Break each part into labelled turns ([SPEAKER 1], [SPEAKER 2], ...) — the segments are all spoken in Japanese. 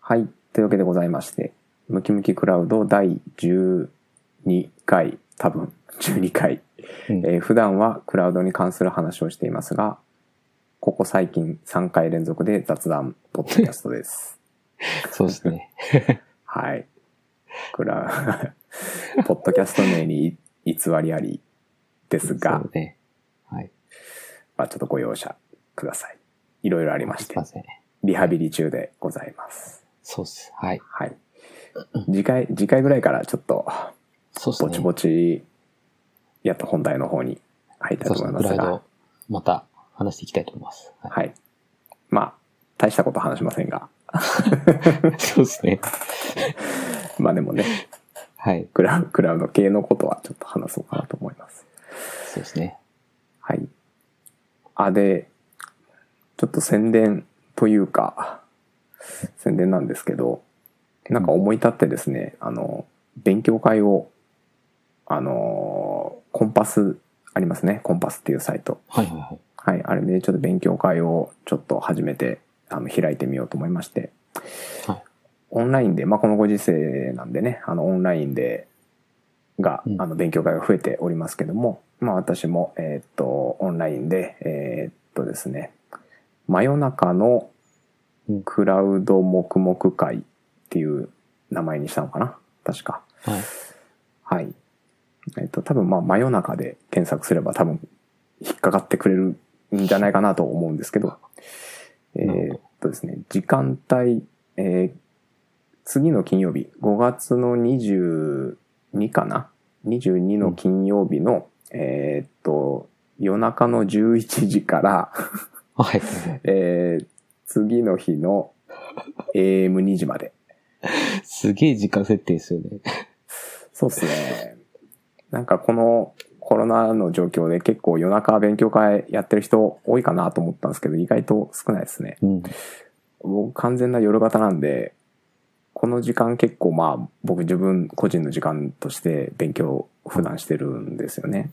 [SPEAKER 1] はい。というわけでございまして、ムキムキクラウド第12回、多分12回、
[SPEAKER 2] うん
[SPEAKER 1] えー普段はクラウドに関する話をしていますが、ここ最近3回連続で雑談ポッドキャスト です。
[SPEAKER 2] そうですね。
[SPEAKER 1] はい。クラ ウ、ポッドキャスト名に偽りありですが
[SPEAKER 2] そう、ね。はい。
[SPEAKER 1] まあちょっとご容赦ください。いろいろありまし
[SPEAKER 2] すい
[SPEAKER 1] て
[SPEAKER 2] ま、せん。
[SPEAKER 1] リハビリ中でございます。
[SPEAKER 2] そうっす。はい。
[SPEAKER 1] はい。次回、次回ぐらいからちょっと、
[SPEAKER 2] そうっすね。
[SPEAKER 1] ぼちぼち、やっと本題の方に入った
[SPEAKER 2] そ
[SPEAKER 1] と
[SPEAKER 2] うっす
[SPEAKER 1] 思いま
[SPEAKER 2] ね。プラ
[SPEAKER 1] す
[SPEAKER 2] イ
[SPEAKER 1] が
[SPEAKER 2] ド、、また話していきたいと思います。は
[SPEAKER 1] はい。まあ、大したこと話しませんが、
[SPEAKER 2] い、そうですね。
[SPEAKER 1] まあでもね、
[SPEAKER 2] はい。
[SPEAKER 1] クラウクラウド系のことはちょっと話そうかなと思います。
[SPEAKER 2] そうですね。
[SPEAKER 1] はい。あ、で、ちょっと宣伝というか、宣伝なんですけど、なんか思い立ってですね、あの、勉強会を、あの、コンパスありますね。コンパスっていうサイト。
[SPEAKER 2] はいはいはい。
[SPEAKER 1] はい。あれでちょっと勉強会をちょっと始めて、あの、開いてみようと思いまして。
[SPEAKER 2] はい
[SPEAKER 1] オンラインで、まあ、このご時世なんでね、あの、オンラインで、が
[SPEAKER 2] う、ん
[SPEAKER 1] あの、勉強会が増えておりますけども、まあ、私も、えーっと、オンラインで、えーっとですね、真夜中の
[SPEAKER 2] うん
[SPEAKER 1] クラウド黙々会っていう名前にしたのかな確か。
[SPEAKER 2] はい。
[SPEAKER 1] はい。えっと、多分まあ、真夜中で検索すれば多分、引っかかってくれるんじゃないかなと思うんですけど、え
[SPEAKER 2] なるほ
[SPEAKER 1] ーっとですね、時間帯、えー次の金曜日、5月の22かな ?22 の金曜日の、えーっと、夜中の11時から、
[SPEAKER 2] はい。
[SPEAKER 1] えー次の日の AM2 時まで。
[SPEAKER 2] すげえ時間設定ですよね。
[SPEAKER 1] そうっすね。なんかこのコロナの状況で結構夜中勉強会やってる人多いかなと思ったんですけど、意外と少ないですね。
[SPEAKER 2] うん。
[SPEAKER 1] 僕完全な夜型なんで、この時間結構まあ僕自分個人の時間として勉強を普段してるんですよね。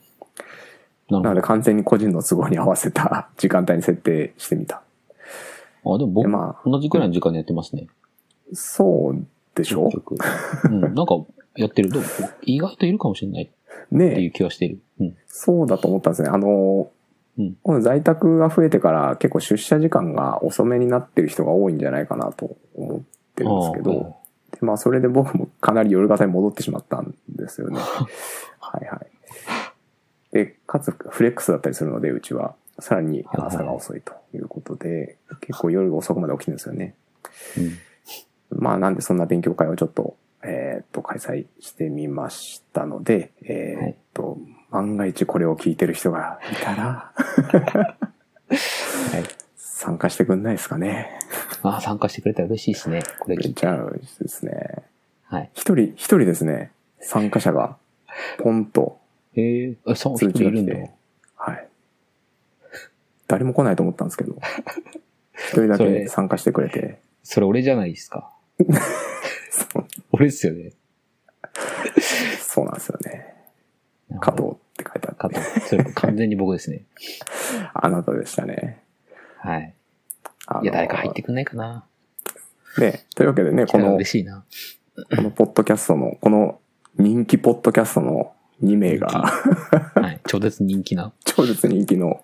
[SPEAKER 2] な
[SPEAKER 1] なの
[SPEAKER 2] る
[SPEAKER 1] で完全に個人の都合に合わせた時間帯に設定してみた。
[SPEAKER 2] ほど。あ、でも
[SPEAKER 1] で
[SPEAKER 2] 僕、
[SPEAKER 1] まあ、
[SPEAKER 2] 同じくらいの時間でやってますね。
[SPEAKER 1] そうでしょ
[SPEAKER 2] 結局。うん。 なんか、やってる。でも意外といるかもしれないって
[SPEAKER 1] ね
[SPEAKER 2] い
[SPEAKER 1] え
[SPEAKER 2] う気はしてる。うん。
[SPEAKER 1] そうだと思ったんですね。あの、
[SPEAKER 2] うん
[SPEAKER 1] この在宅が増えてから結構出社時間が遅めになってる人が多いんじゃないかなと思ってるんですけ
[SPEAKER 2] あー
[SPEAKER 1] ど、でまあそれで僕もかなり夜型に戻ってしまったんです よね。はいはい。で、かつフレックスだったりするので、うちはさらに朝が遅いということで、結構夜遅くまで起きてるんですよね。
[SPEAKER 2] うん。
[SPEAKER 1] まあなんでそんな勉強会をちょっと、えーっと、開催してみましたので、えーっと、万が一これを聞いてる人がいたら、
[SPEAKER 2] はい。
[SPEAKER 1] 参加してくんないですかね。
[SPEAKER 2] あー、参加してくれたら嬉しいですね。これ聞いて。
[SPEAKER 1] じゃあですね。
[SPEAKER 2] はい。
[SPEAKER 1] 一人、一人ですね。参加者が、ポンと、
[SPEAKER 2] へえあ、そう、一
[SPEAKER 1] 通
[SPEAKER 2] 人
[SPEAKER 1] 知が
[SPEAKER 2] い
[SPEAKER 1] 来て
[SPEAKER 2] るんだ。
[SPEAKER 1] はい。誰も来ないと思ったんですけど、一人だ
[SPEAKER 2] そ
[SPEAKER 1] け
[SPEAKER 2] れ
[SPEAKER 1] 参加してくれて、
[SPEAKER 2] それ俺じゃないですか。
[SPEAKER 1] そう
[SPEAKER 2] 俺ですよね。
[SPEAKER 1] そうなんですよね。加藤って書いてあ
[SPEAKER 2] 加
[SPEAKER 1] って、
[SPEAKER 2] 藤。それ完全に僕です ね。
[SPEAKER 1] あなたでしたね。
[SPEAKER 2] はい。
[SPEAKER 1] あの
[SPEAKER 2] いや、誰か入ってくんないかな。
[SPEAKER 1] ね、というわけでね、
[SPEAKER 2] 来
[SPEAKER 1] こ
[SPEAKER 2] たら
[SPEAKER 1] の、
[SPEAKER 2] 嬉しいな。
[SPEAKER 1] このポッドキャストの、この人気ポッドキャストの2名が、
[SPEAKER 2] はい。超絶人気な。
[SPEAKER 1] 超絶人気の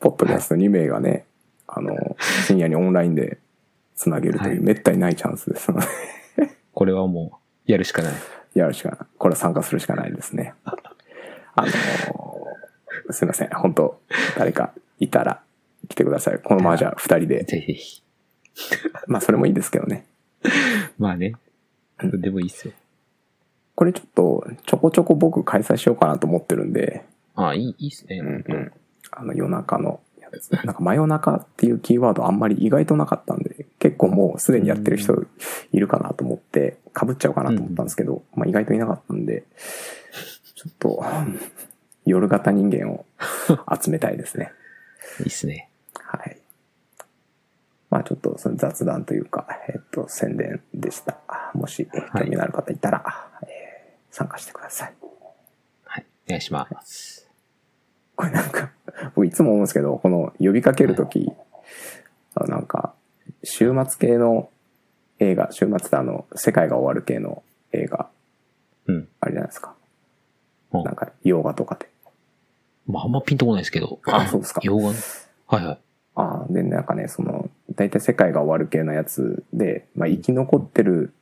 [SPEAKER 1] ポッドキャスト2名がね、あの、深夜にオンラインでつなげると
[SPEAKER 2] はい
[SPEAKER 1] いう、めったにないチャンスですので、
[SPEAKER 2] これはもう、やるしかない。
[SPEAKER 1] やるしかない。これは参加するしかないですね。あの、すいません。本当誰かいたら来てください。このままじゃあ2人で。
[SPEAKER 2] ぜひぜひ。
[SPEAKER 1] まあ、それもいいですけどね。
[SPEAKER 2] まあね。でもいいっすよ。
[SPEAKER 1] これちょっと、ちょこちょこ僕開催しようかなと思ってるんで、
[SPEAKER 2] ああ、いい、いいっすね。
[SPEAKER 1] うんうん。あの夜中のやつ。なんか真夜中っていうキーワードあんまり意外となかったんで、結構もうすでにやってる人いるかなと思って、被っちゃうかなと思ったんですけど、まあ意外といなかったんで、ちょっと、うん夜型人間を集めたいです ね。
[SPEAKER 2] いいっすね。
[SPEAKER 1] はい。まあちょっとその雑談というか、えっと、宣伝でした。もし興味のある方いたら、えー参加してください。
[SPEAKER 2] はい。お願いします。
[SPEAKER 1] これなんか、僕いつも思うんですけど、この呼びかけるとき、あのなんか、週末系の映画、週末であの、世界が終わる系の映画、
[SPEAKER 2] うん
[SPEAKER 1] あれじゃないですか。
[SPEAKER 2] うん
[SPEAKER 1] なんか、洋画とかで。
[SPEAKER 2] まあ、あんまピンとこないですけど。
[SPEAKER 1] あ、そうですか。
[SPEAKER 2] 洋画ねはいはい。
[SPEAKER 1] ああ、で、なんかね、その、大体世界が終わる系のやつで、まあ、生き残ってる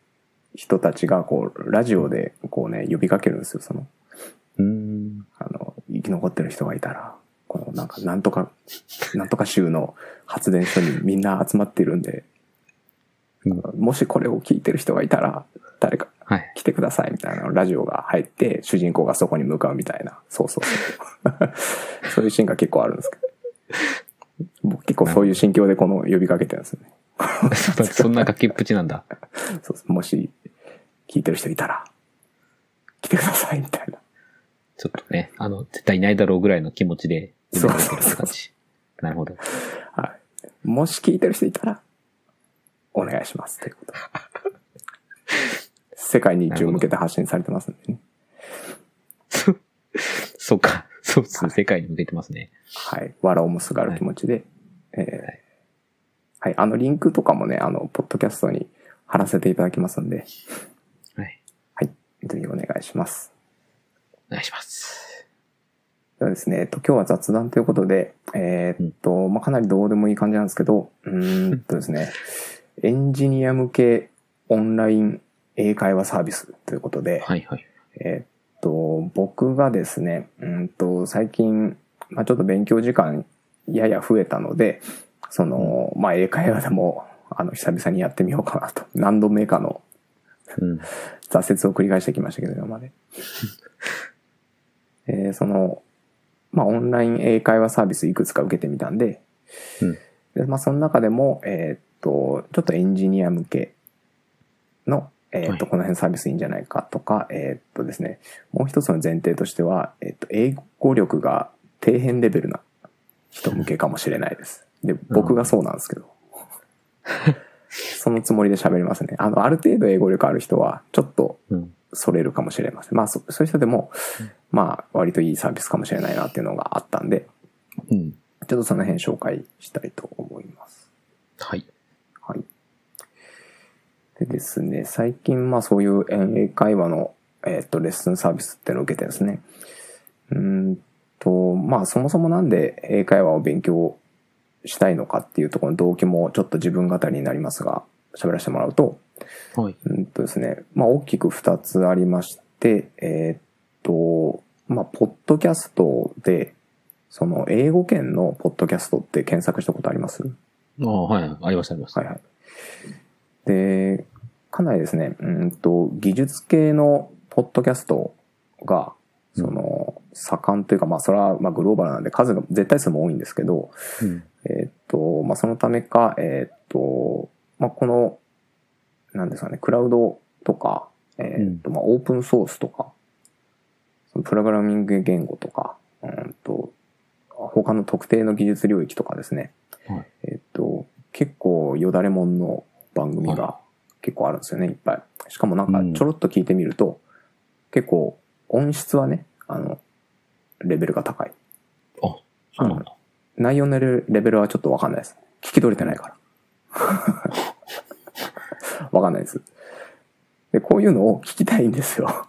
[SPEAKER 1] 人たちが、こう、ラジオで、こうね、呼びかけるんですよ、その、
[SPEAKER 2] うーん。
[SPEAKER 1] あの、生き残ってる人がいたら、この、なんか、なんとか、なんとか州の発電所にみんな集まってるんで、
[SPEAKER 2] うん
[SPEAKER 1] もしこれを聞いてる人がいたら、誰か
[SPEAKER 2] はい。
[SPEAKER 1] 来てくださいみたいなラジオが入って、主人公がそこに向かうみたいな、そうそうそう。 そういうシーンが結構あるんですけど。僕結構そういう心境でこの呼びかけてるんですよね。
[SPEAKER 2] そんな崖っぷちなんだ。
[SPEAKER 1] そうそうもし、聞いてる人いたら、来てくださいみたいな。
[SPEAKER 2] ちょっとね、あの、絶対いないだろうぐらいの気持ちで、
[SPEAKER 1] そうそうそう
[SPEAKER 2] 読んでるって感じなるほど。
[SPEAKER 1] はい。もし聞いてる人いたら、お願いしますということ。世界に一応向けて発信されてますんでね。
[SPEAKER 2] そうか。そうっすね。世界に向けてますね。
[SPEAKER 1] はい。笑おもすがる気持ちで。えーはい。あの、リンクとかもね、あの、ポッドキャストに貼らせていただきますんで、
[SPEAKER 2] はい。
[SPEAKER 1] ぜひお願いします。
[SPEAKER 2] お願いします。
[SPEAKER 1] ではですね、えっと、今日は雑談ということで、えーっと、まあ、かなりどうでもいい感じなんですけど、うーんとですね、エンジニア向けオンライン英会話サービスということで、
[SPEAKER 2] はいはい。
[SPEAKER 1] えーっと、僕がですね、うーんと、最近、まあ、ちょっと勉強時間やや増えたので、その、まあ、英会話でも、あの、久々にやってみようかなと。何度目かの
[SPEAKER 2] うん。
[SPEAKER 1] 挫折を繰り返してきましたけど、今まで。 えーその、まあ、オンライン英会話サービスいくつか受けてみたんで、
[SPEAKER 2] うん
[SPEAKER 1] でまあ、その中でも、えーっと、ちょっとエンジニア向けの、えーっと、
[SPEAKER 2] は
[SPEAKER 1] この辺サービスいいんじゃないかとか、えーっとですね、もう一つの前提としては、えーっと、英語力が底辺レベルな人向けかもしれないです。で、僕がそうなんですけど。そのつもりで喋りますね。あの、ある程度英語力ある人は、ちょっと
[SPEAKER 2] うん。
[SPEAKER 1] それるかもしれません。まあ、そそういう人でも
[SPEAKER 2] うん、
[SPEAKER 1] まあ、割といいサービスかもしれないなっていうのがあったんで、
[SPEAKER 2] うん。
[SPEAKER 1] ちょっとその辺紹介したいと思います。
[SPEAKER 2] はい。
[SPEAKER 1] はい。でですね、最近、まあ、そういう英会話の、えっと、レッスンサービスっていうのを受けてるんですね。うーんと、まあ、そもそもなんで英会話を勉強したいのかっていうところの動機もちょっと自分語りになりますが、喋らせてもらうと、
[SPEAKER 2] はい。
[SPEAKER 1] うんとですね、まあ大きく2つありまして、えーっと、まあ、ポッドキャストで、その英語圏のポッドキャストって検索したことあります
[SPEAKER 2] ああ、はいはい。ありました、ありました。
[SPEAKER 1] はいはい。で、かなりですね、うんと、技術系のポッドキャストが、その、盛んというか、まあそれはまあグローバルなんで数が絶対数も多いんですけど、
[SPEAKER 2] うん。
[SPEAKER 1] えーっと、まあ、そのためか、えーっと、まあ、この、なんですかね、クラウドとか、えーっと、まあ、オープンソースとか、そのプログラミング言語とか、うーんと、他の特定の技術領域とかですね、
[SPEAKER 2] はい
[SPEAKER 1] えーっと、結構よだれもんの番組が
[SPEAKER 2] は
[SPEAKER 1] 結構あるんですよね、いっぱい。しかもなんかちょろっと聞いてみると、結構音質はね、あの、レベルが高い。
[SPEAKER 2] そうなんだ。
[SPEAKER 1] 内容のレベルはちょっとわかんないです。聞き取れてないから。 わかんないです。で、こういうのを聞きたいんですよ。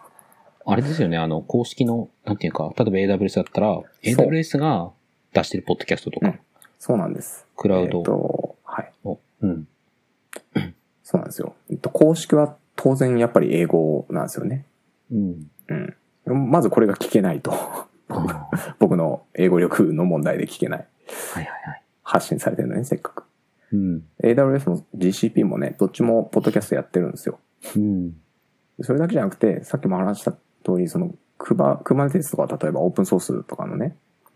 [SPEAKER 2] あれですよね、あの、公式の、なんていうか、例えば AWS だったら、AWS が出してるポッドキャストと
[SPEAKER 1] うん
[SPEAKER 2] か、
[SPEAKER 1] そうなんです。
[SPEAKER 2] クラウ
[SPEAKER 1] えっ
[SPEAKER 2] ド
[SPEAKER 1] と、はい。
[SPEAKER 2] の、うん。
[SPEAKER 1] そうなんですよ。えっと、公式は当然やっぱり英語なんですよね。
[SPEAKER 2] うん。
[SPEAKER 1] うん。まずこれが聞けないと。
[SPEAKER 2] ああは
[SPEAKER 1] 僕の英語力の問題で聞けない。
[SPEAKER 2] いはいはい。
[SPEAKER 1] 発信されてるのに、せっかく。
[SPEAKER 2] うん。
[SPEAKER 1] AWS も GCP もね、どっちもポッドキャストやってるんですよ。
[SPEAKER 2] うん。
[SPEAKER 1] それだけじゃなくて、さっきも話した通り、その、クバ、クマネテスとか、例えばオープンソースとかのね。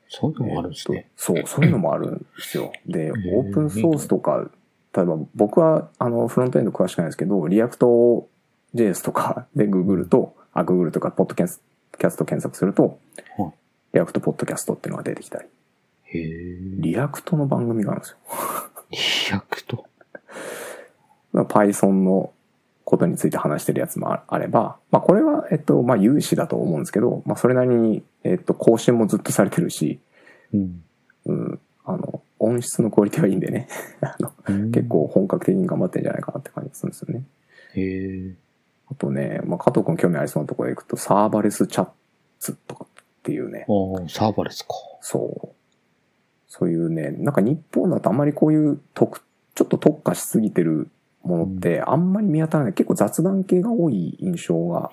[SPEAKER 2] そういうのもあるんですね。
[SPEAKER 1] えっとそう、そういうのもあるんです よ。で、
[SPEAKER 2] ー
[SPEAKER 1] オープンソースとか、例えば僕は、あの、フロントエンド詳しくないですけど、リアクト JS とか でググると、あ、ググるとか、ポッドキャストキャスト検索すると
[SPEAKER 2] はい、
[SPEAKER 1] リアクトポッドキャストっていうのが出てきたり、
[SPEAKER 2] へえ。リ
[SPEAKER 1] リアクトの番組があるんですよ。
[SPEAKER 2] アクト。
[SPEAKER 1] まあ Python のことについて話してるやつもああれば、まあこれは、えっと、まあ有志だと思うんですけど、まあそれなりに、えっと、更新もずっとされてるし、
[SPEAKER 2] うん。
[SPEAKER 1] うん、あの、オ音質のクオリティはいいんでね、 あの、結
[SPEAKER 2] 結。
[SPEAKER 1] 構本格的に頑張ってんじゃないかなって感じがするんですよね。
[SPEAKER 2] へえ。
[SPEAKER 1] あとね、まあ、加藤君興味ありそうなところへ行くと、サーバレスチャッツとかっていうね、
[SPEAKER 2] ああ、サーバレスか。
[SPEAKER 1] そう。そういうね、なんか日本だとあんまりこういう特、ちょっと特化しすぎてるものってあんまり見当たらない。結構雑談系が多い印象が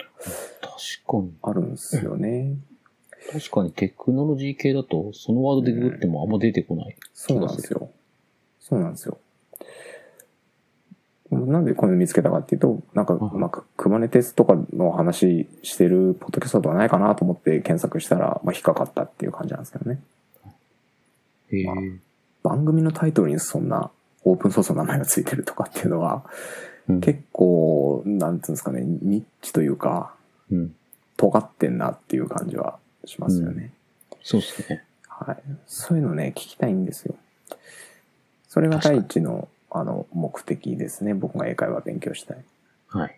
[SPEAKER 2] 確かに。
[SPEAKER 1] あるんですよね。
[SPEAKER 2] 確かにテクノロジー系だと、そのワードでググってもあんま出てこない。
[SPEAKER 1] そうなんですよ。そうなんですよ。なんでこれ見つけたかっていうと、なんか、
[SPEAKER 2] うん
[SPEAKER 1] まあ、クマネテスとかの話してるポッドキャストとはないかなと思って検索したら、まあ、引っかかったっていう感じなんですけどね。
[SPEAKER 2] へえ。
[SPEAKER 1] まあ番組のタイトルにそんなオープンソースの名前がついてるとかっていうのは、
[SPEAKER 2] うん
[SPEAKER 1] 結構、なんていうんですかね、ニッチというか、
[SPEAKER 2] うん。
[SPEAKER 1] 尖ってんなっていう感じはしますよね。
[SPEAKER 2] そうですね。
[SPEAKER 1] はい。そういうのね、聞きたいんですよ。それが第一の、あの、目的ですね。僕が英会話勉強したい。
[SPEAKER 2] はい。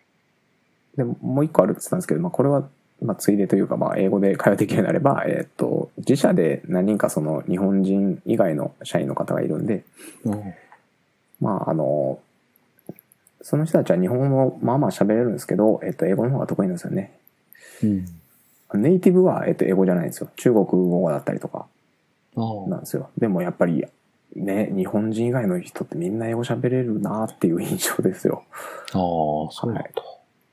[SPEAKER 1] で、もう一個あるって言ってたんですけど、まあ、これは、まあ、ついでというか、まあ、英語で会話できるようになれば、えーっと、自社で何人かその日本人以外の社員の方がいるんで、
[SPEAKER 2] ああ
[SPEAKER 1] まあ、あの、その人たちは日本語まあまあ喋れるんですけど、えっと、英語の方が得意なんですよね。
[SPEAKER 2] うん。
[SPEAKER 1] ネイティブは、えっと、英語じゃないんですよ。中国語だったりとか
[SPEAKER 2] あ
[SPEAKER 1] なん
[SPEAKER 2] あ。
[SPEAKER 1] ですよ。でもやっぱり、ね、日本人以外の人ってみんな英語喋れるなっていう印象ですよ。
[SPEAKER 2] ああ、そうなんだ。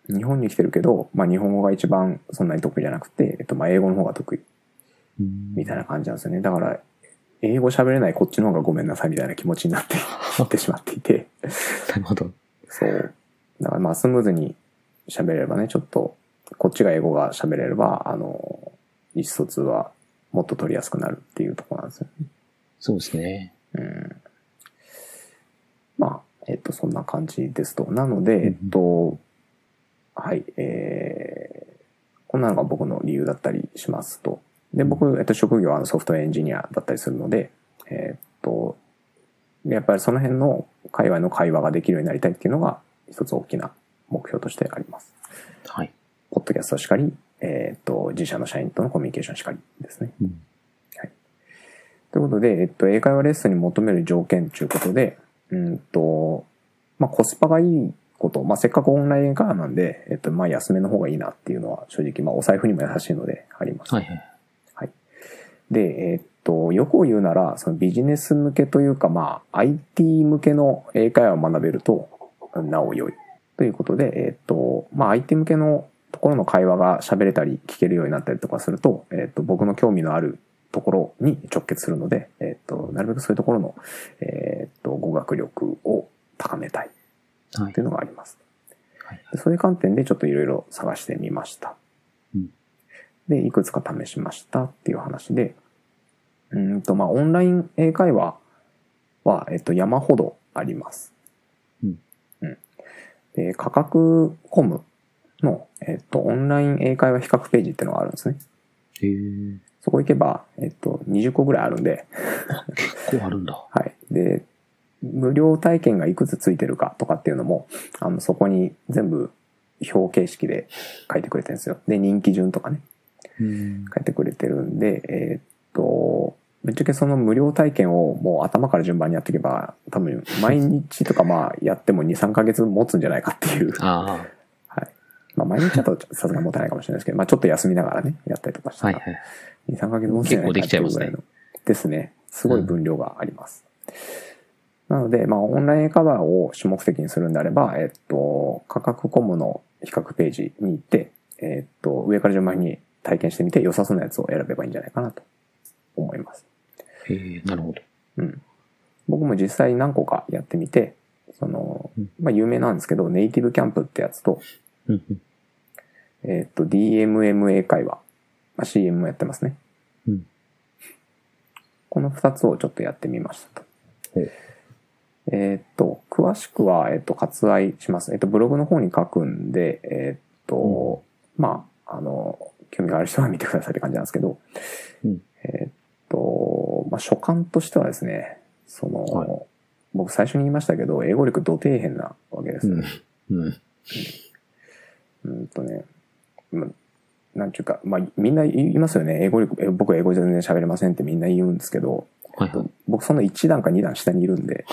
[SPEAKER 1] 日本に来てるけど、まあ日本語が一番そんなに得意じゃなくて、えっと、まあ英語の方が得意
[SPEAKER 2] うん
[SPEAKER 1] みたいな感じなんですよね。だから、英語喋れないこっちの方がごめんなさいみたいな気持ちになって いってしまっていて。
[SPEAKER 2] なるほど。
[SPEAKER 1] そう。だからまあスムーズに喋れればね、ちょっと、こっちが英語が喋れれば、あの、意思疎通はもっと取りやすくなるっていうところなんですよね。
[SPEAKER 2] そうですね。
[SPEAKER 1] うん。まあ、えっと、そんな感じですと。なので、
[SPEAKER 2] ん
[SPEAKER 1] えっと、はい、えー、こんなのが僕の理由だったりしますと。で、僕、えっと、職業はあのソフトウェアエンジニアだったりするので、えっと、やっぱりその辺の界隈の会話ができるようになりたいっていうのが一つ大きな目標としてあります。
[SPEAKER 2] はい。
[SPEAKER 1] ポッドキャストしかり、えっと、自社の社員とのコミュニケーションしかりですね。
[SPEAKER 2] うん。
[SPEAKER 1] ということで、えっと、英会話レッスンに求める条件ということで、うんと、まあ、コスパがいいこと、まあ、せっかくオンライン英会話なんで、えっと、まあ、安めの方がいいなっていうのは、正直、まあ、お財布にも優しいのであります。
[SPEAKER 2] はいはい。
[SPEAKER 1] で、えっと、欲を言うなら、そのビジネス向けというか、まあ、IT 向けの英会話を学べると、なお良い。ということで、えっと、まあ、IT 向けのところの会話が喋れたり聞けるようになったりとかすると、えっと、僕の興味のあるところに直結するので、えっと、なるべくそういうところの、えっと、語学力を高めたい
[SPEAKER 2] はい
[SPEAKER 1] っていうのがあります。
[SPEAKER 2] はい
[SPEAKER 1] でそういう観点でちょっといろいろ探してみました。
[SPEAKER 2] うん
[SPEAKER 1] で、いくつか試しましたっていう話で、うーんと、まあ、オンライン英会話は、えっと、山ほどあります。
[SPEAKER 2] うん。
[SPEAKER 1] うん。で、価格コムの、えっと、オンライン英会話比較ページっていうのがあるんですね。
[SPEAKER 2] へえ。
[SPEAKER 1] そこ行けば、えっと、20個ぐらいあるんで、
[SPEAKER 2] 結構あるんだ。
[SPEAKER 1] はい。で、無料体験がいくつついてるかとかっていうのも、あの、そこに全部表形式で書いてくれてるんですよ。で、人気順とかね、
[SPEAKER 2] うん。
[SPEAKER 1] 書いてくれてるんで、えーっと、ぶっちゃけその無料体験をもう頭から順番にやっていけば、多分毎日とかまあやっても2、3ヶ月持つんじゃないかっていう。
[SPEAKER 2] あ
[SPEAKER 1] はい。まあ毎日だとさすがに持たないかもしれないですけど、まあちょっと休みながらね、やったりとかし
[SPEAKER 2] あ。
[SPEAKER 1] た
[SPEAKER 2] はい
[SPEAKER 1] ら
[SPEAKER 2] は、い。
[SPEAKER 1] 2、3ヶ月持つんじゃないかっていうぐらいの。ですね。すごい分量があります。なので、まあ、オンライン英会話を主目的にするんであれば、えっと、価格コムの比較ページに行って、えっと、上から順番に体験してみて良さそうなやつを選べばいいんじゃないかなと思います。
[SPEAKER 2] へえ、なるほど。
[SPEAKER 1] うん。僕も実際何個かやってみて、その
[SPEAKER 2] うん、
[SPEAKER 1] まあ、有名なんですけど、ネイティブキャンプってやつと、
[SPEAKER 2] うんうん。
[SPEAKER 1] えっと、DMM 英会話。まあ、CM もやってますね。
[SPEAKER 2] うん
[SPEAKER 1] この二つをちょっとやってみましたと
[SPEAKER 2] ほう。
[SPEAKER 1] えっと、詳しくは、えっと、割愛します。えっと、ブログの方に書くんで、えっと、まあ、あの、興味がある人は見てくださいって感じなんですけど、
[SPEAKER 2] うん
[SPEAKER 1] えっと、まあ、所感としてはですね、その、
[SPEAKER 2] はい
[SPEAKER 1] 僕最初に言いましたけど、英語力土底辺なわけです。
[SPEAKER 2] うん。うん。
[SPEAKER 1] うんとね、ま、なんちゅうか、まあ、みんな言いますよね。英語力、え僕英語全然喋れませんってみんな言うんですけど、
[SPEAKER 2] はいはい。
[SPEAKER 1] 僕その1段か2段下にいるんで、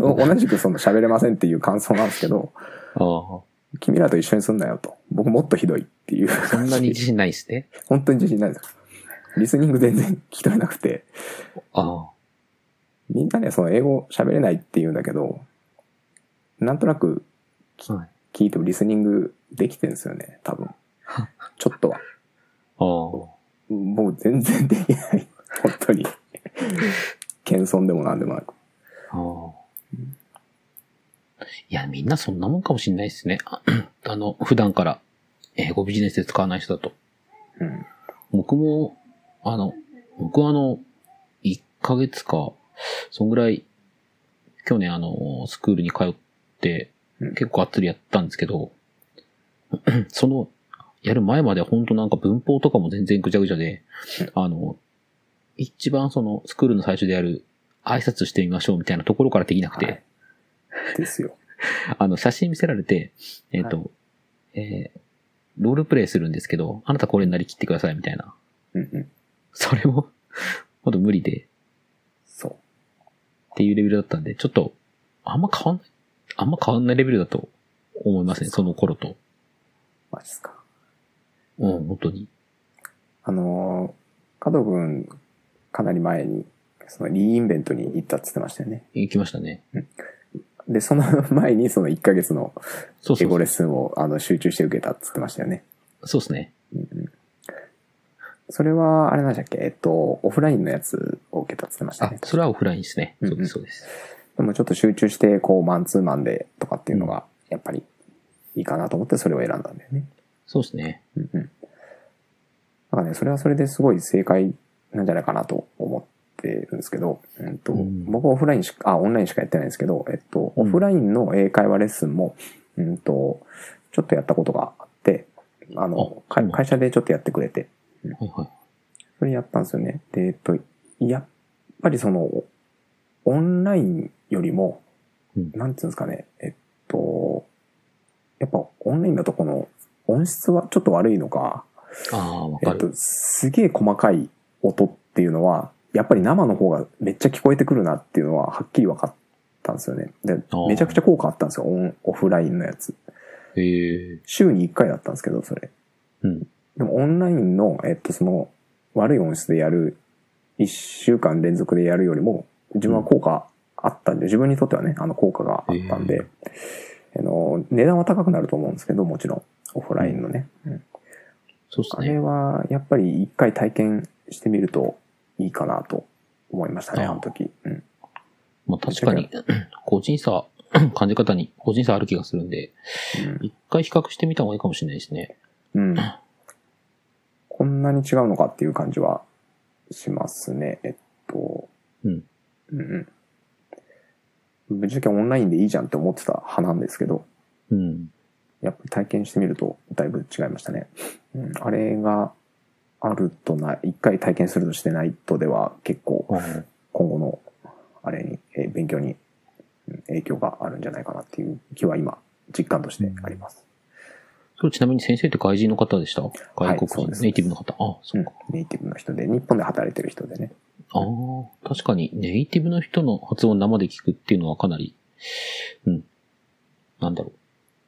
[SPEAKER 1] お同じくその喋れませんっていう感想なんですけど、
[SPEAKER 2] あ
[SPEAKER 1] 君らと一緒にすんなよと。僕もっとひどいっていう
[SPEAKER 2] あ。そん
[SPEAKER 1] 感
[SPEAKER 2] なに
[SPEAKER 1] じ。
[SPEAKER 2] 自信ないっすね。
[SPEAKER 1] 本当に自信ないです。リスニング全然聞き取れなくて、
[SPEAKER 2] あ
[SPEAKER 1] みんなね、その英語喋れないっていうんだけど、なんとなく
[SPEAKER 2] あ。はい。
[SPEAKER 1] 聞いてもリスニングできてるんですよね、多分。ちょっとは。
[SPEAKER 2] ああ。
[SPEAKER 1] もう全然できない。 本当に。謙遜でもなんでもなく。
[SPEAKER 2] ああ。いや、みんなそんなもんかもしんないですね。 ああの、普段から英語ビジネスで使わない人だと。
[SPEAKER 1] うん。
[SPEAKER 2] 僕も、あの、僕はあの、1ヶ月か、そんぐらい、去年あの、スクールに通って
[SPEAKER 1] うん、
[SPEAKER 2] 結構がっつりやったんですけど、 その、やる前までは本当なんか文法とかも全然ぐちゃぐちゃで、あの、一番その、スクールの最初でやる、挨拶してみましょうみたいなところからできなくて、
[SPEAKER 1] はいですよ。
[SPEAKER 2] あの、写真見せられて、えっ、と、えーロールプレイするんですけど、あなたこれになりきってくださいみたいな。
[SPEAKER 1] うんうん。
[SPEAKER 2] それも、ほんと無理で、
[SPEAKER 1] そう。
[SPEAKER 2] っていうレベルだったんで、ちょっと、あんま変わんない、あんま変わんないレベルだと思いますね、その頃と。
[SPEAKER 1] マジっすか。
[SPEAKER 2] うん、本当に。
[SPEAKER 1] あのー、加藤くん、かなり前に、そのリーインベントに行ったって言ってましたよね。
[SPEAKER 2] 行きましたね。
[SPEAKER 1] で、その 前にその1ヶ月の
[SPEAKER 2] そうそ
[SPEAKER 1] 英
[SPEAKER 2] うそ
[SPEAKER 1] 語
[SPEAKER 2] う。
[SPEAKER 1] レッスンをあの集中して受けたって言ってましたよね。
[SPEAKER 2] そうですね。
[SPEAKER 1] それは、あれなんでしたっけえっと、オフラインのやつを受けたって言ってました
[SPEAKER 2] あ
[SPEAKER 1] ね、。
[SPEAKER 2] それはオフラインですね。
[SPEAKER 1] うん
[SPEAKER 2] そ
[SPEAKER 1] うん
[SPEAKER 2] うです、そうです。
[SPEAKER 1] でもちょっと集中して、こう、マンツーマンでとかっていうのが、やっぱりいいかなと思ってそれを選んだんだよね。
[SPEAKER 2] そうですね。
[SPEAKER 1] うんうん。だからね、それはそれですごい正解なんじゃないかなと思ってるんですけど、うんと
[SPEAKER 2] うん
[SPEAKER 1] 僕はオフラインしか、あ、オンラインしかやってないんですけど、えっと、
[SPEAKER 2] う
[SPEAKER 1] オ
[SPEAKER 2] ん
[SPEAKER 1] フラインの英会話レッスンも、うんと、ちょっとやったことがあって、あの、
[SPEAKER 2] あ
[SPEAKER 1] 会
[SPEAKER 2] うん
[SPEAKER 1] 会社でちょっとやってくれて、
[SPEAKER 2] はいはい。
[SPEAKER 1] それやったんですよね。で、えっと、やっぱりその、オンラインよりも、
[SPEAKER 2] うん
[SPEAKER 1] なんていうんですかね、えっと、やっぱオンラインだとこの音質はちょっと悪いのか、
[SPEAKER 2] ああ、わ
[SPEAKER 1] え
[SPEAKER 2] か
[SPEAKER 1] っと、
[SPEAKER 2] る。
[SPEAKER 1] すげえ細かい音っていうのは、やっぱり生の方がめっちゃ聞こえてくるなっていうのははっきり分かったんですよね。で
[SPEAKER 2] あー、
[SPEAKER 1] めちゃくちゃ効果あったんですよ、オンオフラインのやつ。
[SPEAKER 2] へえ。
[SPEAKER 1] 週に1回だったんですけど、それ。
[SPEAKER 2] うん。
[SPEAKER 1] でもオンラインの、えっと、その、悪い音質でやる、一週間連続でやるよりも、自分は効果あったんで、自分にとってはね、あの、効果があったんで、あの、値段は高くなると思うんですけど、もちろん、オフラインのね。うん
[SPEAKER 2] そうです
[SPEAKER 1] あれ
[SPEAKER 2] ね。
[SPEAKER 1] は、やっぱり一回体験してみるといいかなと思いましたね、
[SPEAKER 2] あー
[SPEAKER 1] あの時。うん。
[SPEAKER 2] まあ確かに、 個人差、感じ方に個人差ある気がするんで、一回比較してみた方がいいかもしれないですね。
[SPEAKER 1] うん。うん、こんなに違うのかっていう感じはしますね。えっと、
[SPEAKER 2] うん。
[SPEAKER 1] うんうん。ぶっちゃけオンラインでいいじゃんって思ってた派なんですけど、
[SPEAKER 2] うん。
[SPEAKER 1] やっぱり体験してみるとだいぶ違いましたね。うん、あれがあるとない、一回体験するとしてないとでは結構
[SPEAKER 2] ああ
[SPEAKER 1] 今後のあれに、えー勉強にうん影響があるんじゃないかなっていう気は今実感としてあります。
[SPEAKER 2] それちなみに先生って外人の方でした
[SPEAKER 1] い
[SPEAKER 2] 外国
[SPEAKER 1] そう
[SPEAKER 2] 人、
[SPEAKER 1] です
[SPEAKER 2] ネイティブの方。あ、そううんか。、
[SPEAKER 1] ネイティブの人で、日本で働いてる人でね。
[SPEAKER 2] ああ、確かにネイティブの人の発音生で聞くっていうのはかなり、うん。なんだろ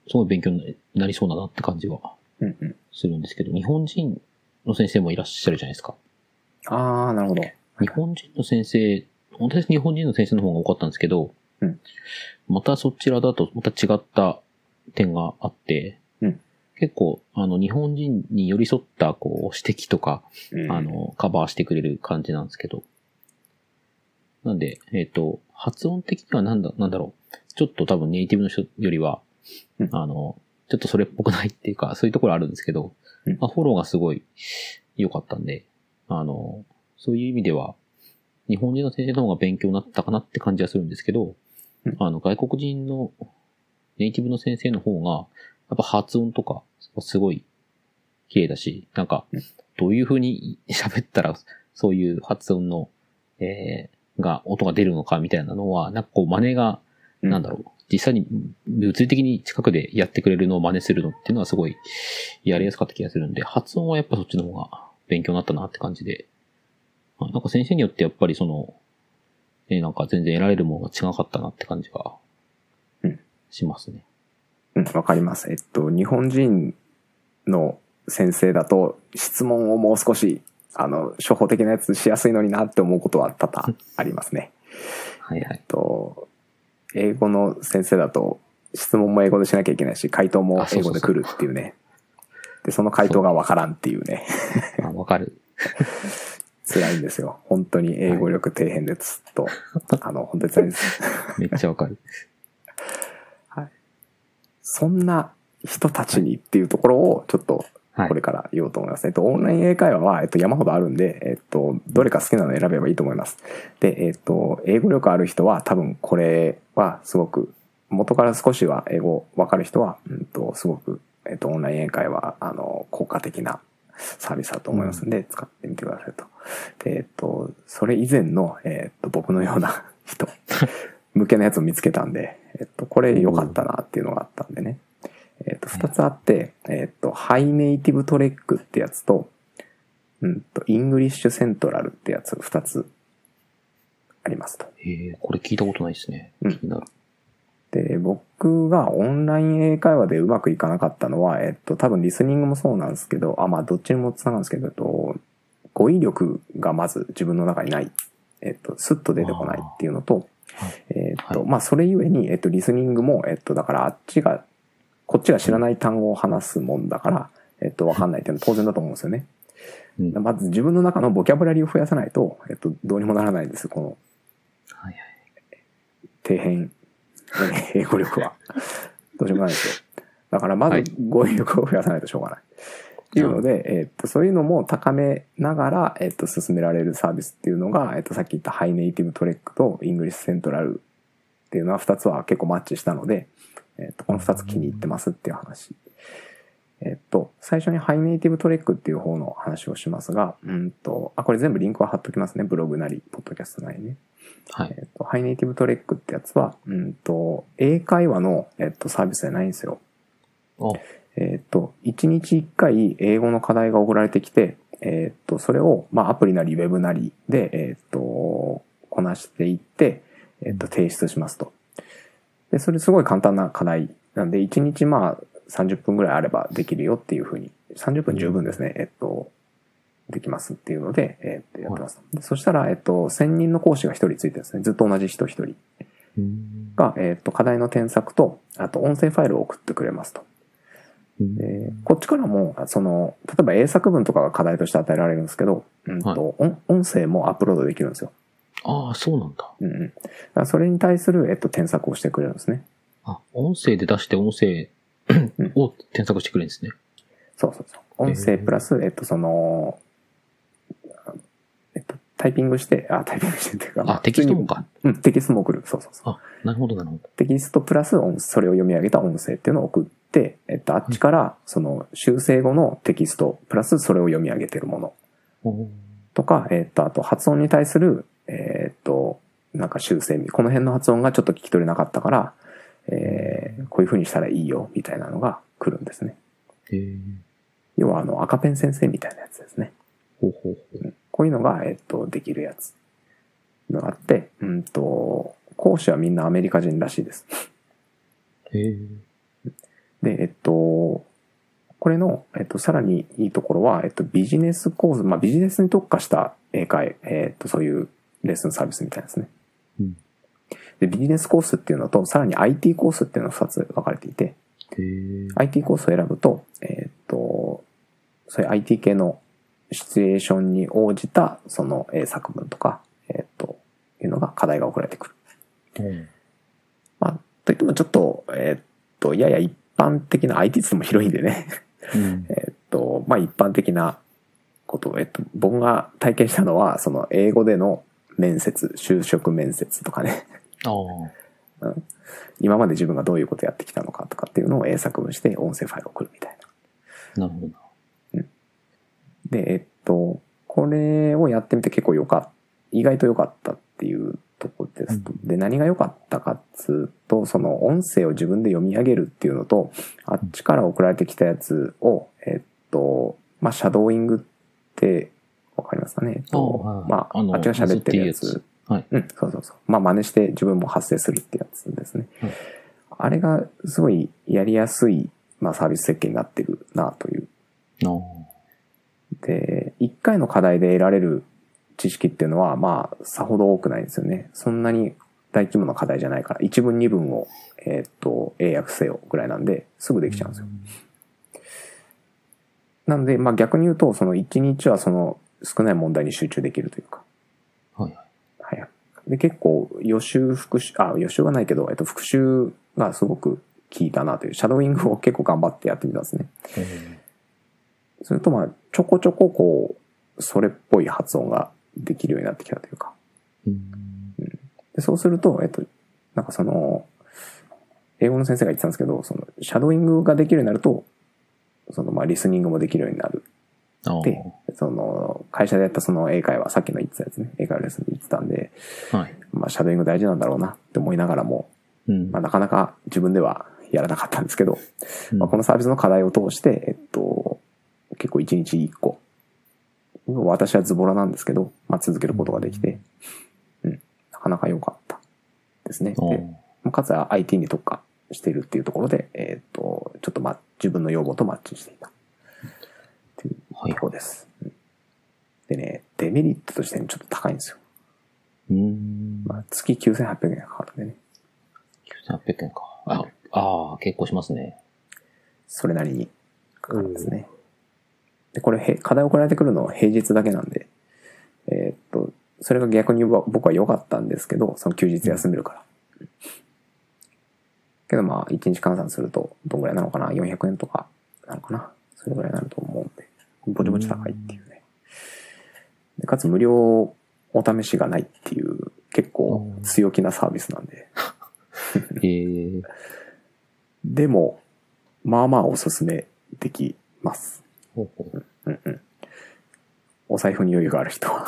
[SPEAKER 2] う。すごい勉強になりそうだなって感じは
[SPEAKER 1] うんうん。
[SPEAKER 2] するんですけど、日本人の先生もいらっしゃるじゃないですか。
[SPEAKER 1] ああ、なるほど。
[SPEAKER 2] 日本人の先生、私日本人の先生の方が多かったんですけど、
[SPEAKER 1] うん
[SPEAKER 2] またそちらだとまた違った点があって、
[SPEAKER 1] うん
[SPEAKER 2] 結構、あの、日本人に寄り添った、こう、指摘とか、
[SPEAKER 1] うん
[SPEAKER 2] あ、の、カバーしてくれる感じなんですけど。なんで、えっ、と、発音的にはなんだ、なんだろう。ちょっと多分ネイティブの人よりは
[SPEAKER 1] うん、
[SPEAKER 2] あの、ちょっとそれっぽくないっていうか、そういうところあるんですけど
[SPEAKER 1] うん、
[SPEAKER 2] まあ、フォローがすごい良かったんで、あの、そういう意味では、日本人の先生の方が勉強になったかなって感じはするんですけど
[SPEAKER 1] うん、
[SPEAKER 2] あの、外国人のネイティブの先生の方が、やっぱ発音とか、すごい綺麗だし、なんか、どういう風に喋ったら、そういう発音の、えー、が、音が出るのかみたいなのは、なんかこう真似が、
[SPEAKER 1] う
[SPEAKER 2] なんだろう、実際に物理的に近くでやってくれるのを真似するのっていうのはすごいやりやすかった気がするんで、発音はやっぱそっちの方が勉強になったなって感じで、あなんか先生によってやっぱりその、ね、なんか全然得られるものが違かったなって感じが
[SPEAKER 1] うん、
[SPEAKER 2] しますね。
[SPEAKER 1] うん、わかります。えっと、日本人の先生だと、質問をもう少し、あの、初歩的なやつしやすいのになって思うことは多々ありますね。
[SPEAKER 2] はいはい
[SPEAKER 1] えっ。と、英語の先生だと、質問も英語でしなきゃいけないし、回答も
[SPEAKER 2] あそう
[SPEAKER 1] 英
[SPEAKER 2] そ
[SPEAKER 1] 語
[SPEAKER 2] うそう
[SPEAKER 1] で来るっていうね。で、その回答がわからんっていうね。
[SPEAKER 2] あわかる。
[SPEAKER 1] 辛いんですよ。本当に英語力底辺でずっと、あの、本当に辛いです。
[SPEAKER 2] めっちゃわかる。
[SPEAKER 1] そんな人たちにっていうところを、ちょっと
[SPEAKER 2] は い
[SPEAKER 1] こ。れから言おうと思います。えっと、オンライン英会話は、えっと、山ほどあるんで、えっと、どれか好きなの選べばいいと思います。で、えっと、英語力ある人は、多分これはすごく、元から少しは英語わかる人は、うんと、すごく、えっと、オンライン英会話、あの、効果的なサービスだと思いますんで、使ってみてくださいと。で、えっと、それ以前の、えっと、僕のような人向けのやつを見つけたんで、えっと、これ良かったなっていうのがあったんでね。えっと、二つあって、えっと、ハイネイティブトレックってやつと、うんと、イングリッシュセントラルってやつ、二つありますと。
[SPEAKER 2] えー、これ聞いたことないですね。気
[SPEAKER 1] うん
[SPEAKER 2] になる。
[SPEAKER 1] で、僕がオンライン英会話でうまくいかなかったのは、えっと、多分リスニングもそうなんですけど、あ、まあ、どっちにもつながるんですけど、えっと、語彙力がまず自分の中にない。えっと、スッと出てこないっていうのと
[SPEAKER 2] あ、
[SPEAKER 1] えっと、
[SPEAKER 2] は
[SPEAKER 1] まあ、それゆえに、えっと、リスニングも、えっと、だからあっちが、こっちが知らない単語を話すもんだから、えっと、わかんないっていうのは当然だと思うんですよね。
[SPEAKER 2] うん。はい
[SPEAKER 1] まず自分の中のボキャブラリーを増やさないと、えっと、どうにもならないんです、この
[SPEAKER 2] はい。
[SPEAKER 1] 底辺、 英語力 は。どうしようもないですよ。だからま
[SPEAKER 2] はい
[SPEAKER 1] ず語彙力を増やさないとしょうがない。っていうので、えっと、そういうのも高めながら、えっと、進められるサービスっていうのが、えっと、さっき言ったハイネイティブトレックとイングリッシュセントラルっていうのは2つは結構マッチしたので、えっと、この2つ気に入ってますっていう話。えっと、最初にハイネイティブトレックっていう方の話をしますが、うんと、あ、これ全部リンクは貼っときますね。ブログなり、ポッドキャストなりね。
[SPEAKER 2] はい。
[SPEAKER 1] えっと、ハイネイティブトレックってやつは、うんと、英会話の、えっと、サービスじゃないんですよ。
[SPEAKER 2] あ、
[SPEAKER 1] えっと、1日1回英語の課題が送られてきて、えっと、それを、まあ、アプリなり、ウェブなりで、えっと、こなしていって、えっと、提出しますと。で、それすごい簡単な課題なんで、1日まあ、30分ぐらいあればできるよっていうふうに、30分十分ですね、えっと、できますっていうので、えっと、やってます。でそしたら、えっと、1000人の講師が1人ついてるんですね。ずっと同じ人1人。
[SPEAKER 2] うーん。
[SPEAKER 1] が、えっと課題の添削と、あと音声ファイルを送ってくれますと。でこっちからも、その、例えば英作文とかが課題として与えられるんですけど、うんと
[SPEAKER 2] はい
[SPEAKER 1] 音音声もアップロードできるんですよ。
[SPEAKER 2] ああ、そうなんだ。
[SPEAKER 1] うんうん、だからそれに対する、えっと、添削をしてくれるんですね。
[SPEAKER 2] あ、音声で出して音声
[SPEAKER 1] うん
[SPEAKER 2] を添削してくれるんですね。
[SPEAKER 1] そうそうそう。音声プラス、えっと、その、えっと、タイピングして、あ、タイピングしてっていうか、ま
[SPEAKER 2] あ、テキストも。
[SPEAKER 1] 普
[SPEAKER 2] か。
[SPEAKER 1] 通にうん、テキストも送る。そうそうそう。
[SPEAKER 2] なるほど、なるほど。
[SPEAKER 1] テキストプラス音、それを読み上げた音声っていうのを送って、えっと、あっちから、その、修正後のテキスト、プラスそれを読み上げてるもの
[SPEAKER 2] おー
[SPEAKER 1] とか、えっと、あと、発音に対する、えっと、なんか修正、この辺の発音がちょっと聞き取れなかったから、えーこういう風にしたらいいよ、みたいなのが来るんですね。
[SPEAKER 2] へえ。
[SPEAKER 1] 要は、あの、赤ペン先生みたいなやつですね。
[SPEAKER 2] ほうほうほう。
[SPEAKER 1] こういうのが、えっと、できるやつ。のがあって、うんと、講師はみんなアメリカ人らしいです。
[SPEAKER 2] へえ。
[SPEAKER 1] で、えっと、これの、えっと、さらにいいところは、えっと、ビジネスコース、まあ、ビジネスに特化した英会、えっと、そういうレッスンサービスみたいですね。
[SPEAKER 2] うん
[SPEAKER 1] で、ビジネスコースっていうのと、さらに IT コースっていうのが2つ分かれていて、
[SPEAKER 2] へえ。
[SPEAKER 1] IT コースを選ぶと、えっと、そういう IT 系のシチュエーションに応じた、そのえー作文とか、えっと、いうのが課題が送られてくる。
[SPEAKER 2] うん
[SPEAKER 1] まあ、といってもちょっと、えっと、やや一般的な IT つっても広いんでね。
[SPEAKER 2] うん。
[SPEAKER 1] えっと、まあ、一般的なこと、えっと、僕が体験したのは、その、英語での面接、就職面接とかね、
[SPEAKER 2] ああ。
[SPEAKER 1] 今まで自分がどういうことやってきたのかとかっていうのを英作文して音声ファイルを送るみたいな。
[SPEAKER 2] なるほどな。
[SPEAKER 1] で、えっと、これをやってみて結構良かった、意外と良かったっていうところですと。で、何が良かったかっつうと、その音声を自分で読み上げるっていうのと、あっちから送られてきたやつを、えっと、まあ、シャドーイングって、わかりますかねえっと、
[SPEAKER 2] あはい
[SPEAKER 1] まあ、
[SPEAKER 2] あの
[SPEAKER 1] あっちが喋ってるや
[SPEAKER 2] ずっといい
[SPEAKER 1] つ
[SPEAKER 2] はい。
[SPEAKER 1] うん、そうそうそう。まあ真似して自分も発生するってやつですね。
[SPEAKER 2] はい
[SPEAKER 1] あれがすごいやりやすい、まあ、サービス設計になってるなという。
[SPEAKER 2] ああ。
[SPEAKER 1] で、1回の課題で得られる知識っていうのは、まあ、さほど多くないんですよね。そんなに大規模な課題じゃないから、1文2文を、えーっと、英訳せよぐらいなんで、すぐできちゃうんですよ。なので、まあ逆に言うと、その1日はその少ない問題に集中できるというか。
[SPEAKER 2] はいは
[SPEAKER 1] はいはい。で、結構予習復習、あ、予習はないけど、えっと、復習がすごく効いたなという、シャドウイングを結構頑張ってやってみたんですね。
[SPEAKER 2] うん
[SPEAKER 1] それとまあ、ちょこちょここう、それっぽい発音ができるようになってきたというか。
[SPEAKER 2] うん。
[SPEAKER 1] でそうすると、えっと、なんかその、英語の先生が言ってたんですけど、その、シャドウイングができるようになると、その、まあ、リスニングもできるようになる
[SPEAKER 2] ああ。
[SPEAKER 1] で、その、会社でやったその英会話、さっきの言ってたやつね、英会話レッスンで言ってたんで、
[SPEAKER 2] はい。
[SPEAKER 1] まあ、シャドウイング大事なんだろうなって思いながらも、
[SPEAKER 2] うん
[SPEAKER 1] まあ、なかなか自分ではやらなかったんですけど、
[SPEAKER 2] うん
[SPEAKER 1] まあ、このサービスの課題を通して、えっと、結構1日1個、私はズボラなんですけど、まあ、続けることができて、うん、なかなか良かったですね。
[SPEAKER 2] ああ
[SPEAKER 1] でまあかつは IT に特化しているっていうところで、えっと、ちょっとまあ、自分の要望とマッチしていた。
[SPEAKER 2] はい
[SPEAKER 1] と。ころです。うんでね、デメリットとしてねちょっと高いんですよ。
[SPEAKER 2] うん。
[SPEAKER 1] まあ、月9800円かかるんでね。
[SPEAKER 2] 9800円か。あ、ああ、結構しますね。
[SPEAKER 1] それなりにかかるんですね。で、これへ、課題送られてくるのは平日だけなんで、えーっと、それが逆に僕は僕は良かったんですけど、その休日休めるから。けどまあ、1日換算すると、どんぐらいなのかな ?400 円とかなのかなそれぐらいになると思うんで、ぼちぼち高いっていうね。でかつ無料お試しがないっていう、結構強気なサービスなんで。
[SPEAKER 2] ええ
[SPEAKER 1] でも、まあまあおすすめできます。
[SPEAKER 2] ほうほう
[SPEAKER 1] うんうん。お財布に余裕がある人は。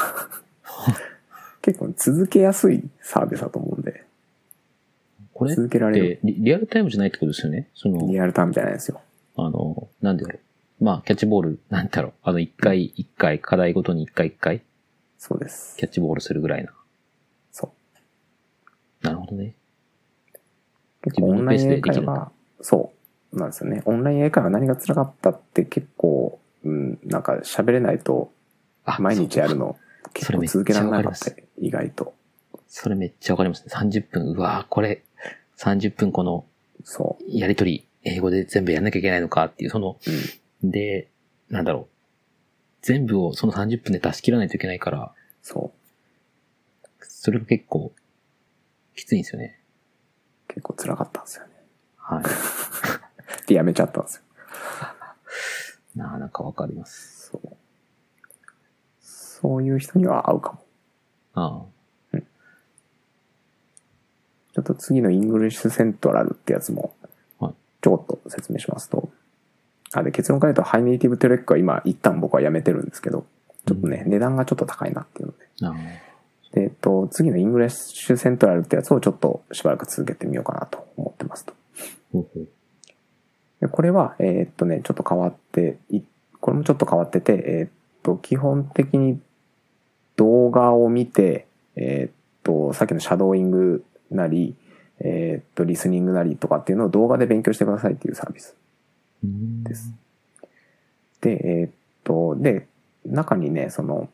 [SPEAKER 1] 結構続けやすいサービスだと思うんで、
[SPEAKER 2] これっ
[SPEAKER 1] 続けられる
[SPEAKER 2] てリリアルタイムじゃないってことですよね。その、
[SPEAKER 1] リアルタイムじゃないですよ。
[SPEAKER 2] あの、なんだろう。まあ、キャッチボール、なんだろう。あの、一回一回、課題ごとに一回一回、
[SPEAKER 1] そうです
[SPEAKER 2] キ。ャッチボールするぐらいな。
[SPEAKER 1] そう。
[SPEAKER 2] なるほどね。
[SPEAKER 1] 結構オンライン英会
[SPEAKER 2] 自分のペースでできるん
[SPEAKER 1] 話、そうなんですよね。オンライン英会話何が辛かったって結構、うん、なんか喋れないと
[SPEAKER 2] あ、
[SPEAKER 1] 毎日やるの結
[SPEAKER 2] それ
[SPEAKER 1] 構
[SPEAKER 2] めっちゃ
[SPEAKER 1] 続けられなかっ
[SPEAKER 2] わか
[SPEAKER 1] た。意外と。
[SPEAKER 2] それめっちゃわかりますね。30分、うわーこれ、30分この
[SPEAKER 1] そ
[SPEAKER 2] やりとり、英語で全部やんなきゃいけないのかっていう、その、
[SPEAKER 1] う。うん
[SPEAKER 2] で、なんだろう。全部をその30分で出し切らないといけないから、
[SPEAKER 1] そう。
[SPEAKER 2] それが結構、きついんですよね。
[SPEAKER 1] 結構辛かったんですよね。
[SPEAKER 2] はい。
[SPEAKER 1] で、やめちゃったんですよ。
[SPEAKER 2] なあ、なんかわかります。
[SPEAKER 1] そう。そういう人には合うかも。
[SPEAKER 2] あ
[SPEAKER 1] ちょっと次のイングリッシュセントラルってやつも
[SPEAKER 2] はい、
[SPEAKER 1] ちょこっと説明しますと。あ、で、結論から言うと、ハイネイティブテレックは今、一旦僕はやめてるんですけど、ちょっとね、値段がちょっと高いなっていうので。
[SPEAKER 2] あ、ああ、
[SPEAKER 1] で、えっと、次のイングリッシュセントラルってやつをちょっとしばらく続けてみようかなと思ってますと。
[SPEAKER 2] ほうほう。
[SPEAKER 1] でこれは、えーっとね、ちょっと変わってい、これもちょっと変わってて、えーっと、基本的に動画を見て、えーっと、さっきのシャドーイングなり、えーっと、リスニングなりとかっていうのを動画で勉強してくださいっていうサービス。
[SPEAKER 2] うーん
[SPEAKER 1] です。で、えーっと、で、中にね、その、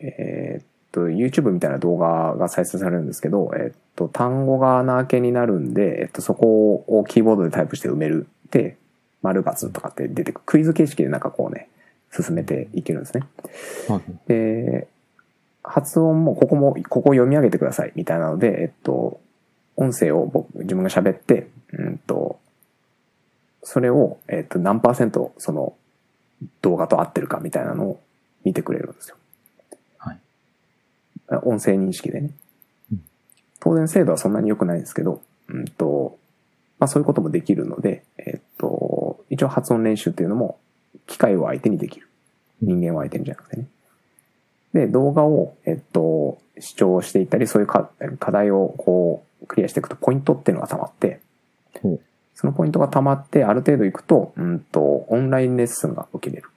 [SPEAKER 1] えーっと、YouTube みたいな動画が再生されるんですけど、えーっと、単語が穴開けになるんで、えーっと、そこをキーボードでタイプして埋めるで、丸×とかって出てくる。クイズ形式でなんかこうね、進めていけるんですね。
[SPEAKER 2] はい。
[SPEAKER 1] で、発音も、ここも、ここを読み上げてください、みたいなので、えっと、音声を僕、自分が喋って、うんと、それを、えっと、何パーセント、その、動画と合ってるかみたいなのを見てくれるんですよ。
[SPEAKER 2] はい。
[SPEAKER 1] 音声認識でね
[SPEAKER 2] うん。
[SPEAKER 1] 当然精度はそんなに良くないんですけど、うんと、まあそういうこともできるので、えっと、一応発音練習っていうのも、機械を相手にできる。人間を相手にじゃなくてね。で、動画を、えっと、視聴していったり、そういうか課題をこう、クリアしていくと、ポイントっていうのが溜まって
[SPEAKER 2] ほう、
[SPEAKER 1] そのポイントが溜まって、ある程度いくと、うんと、オンラインレッスンが受けれる。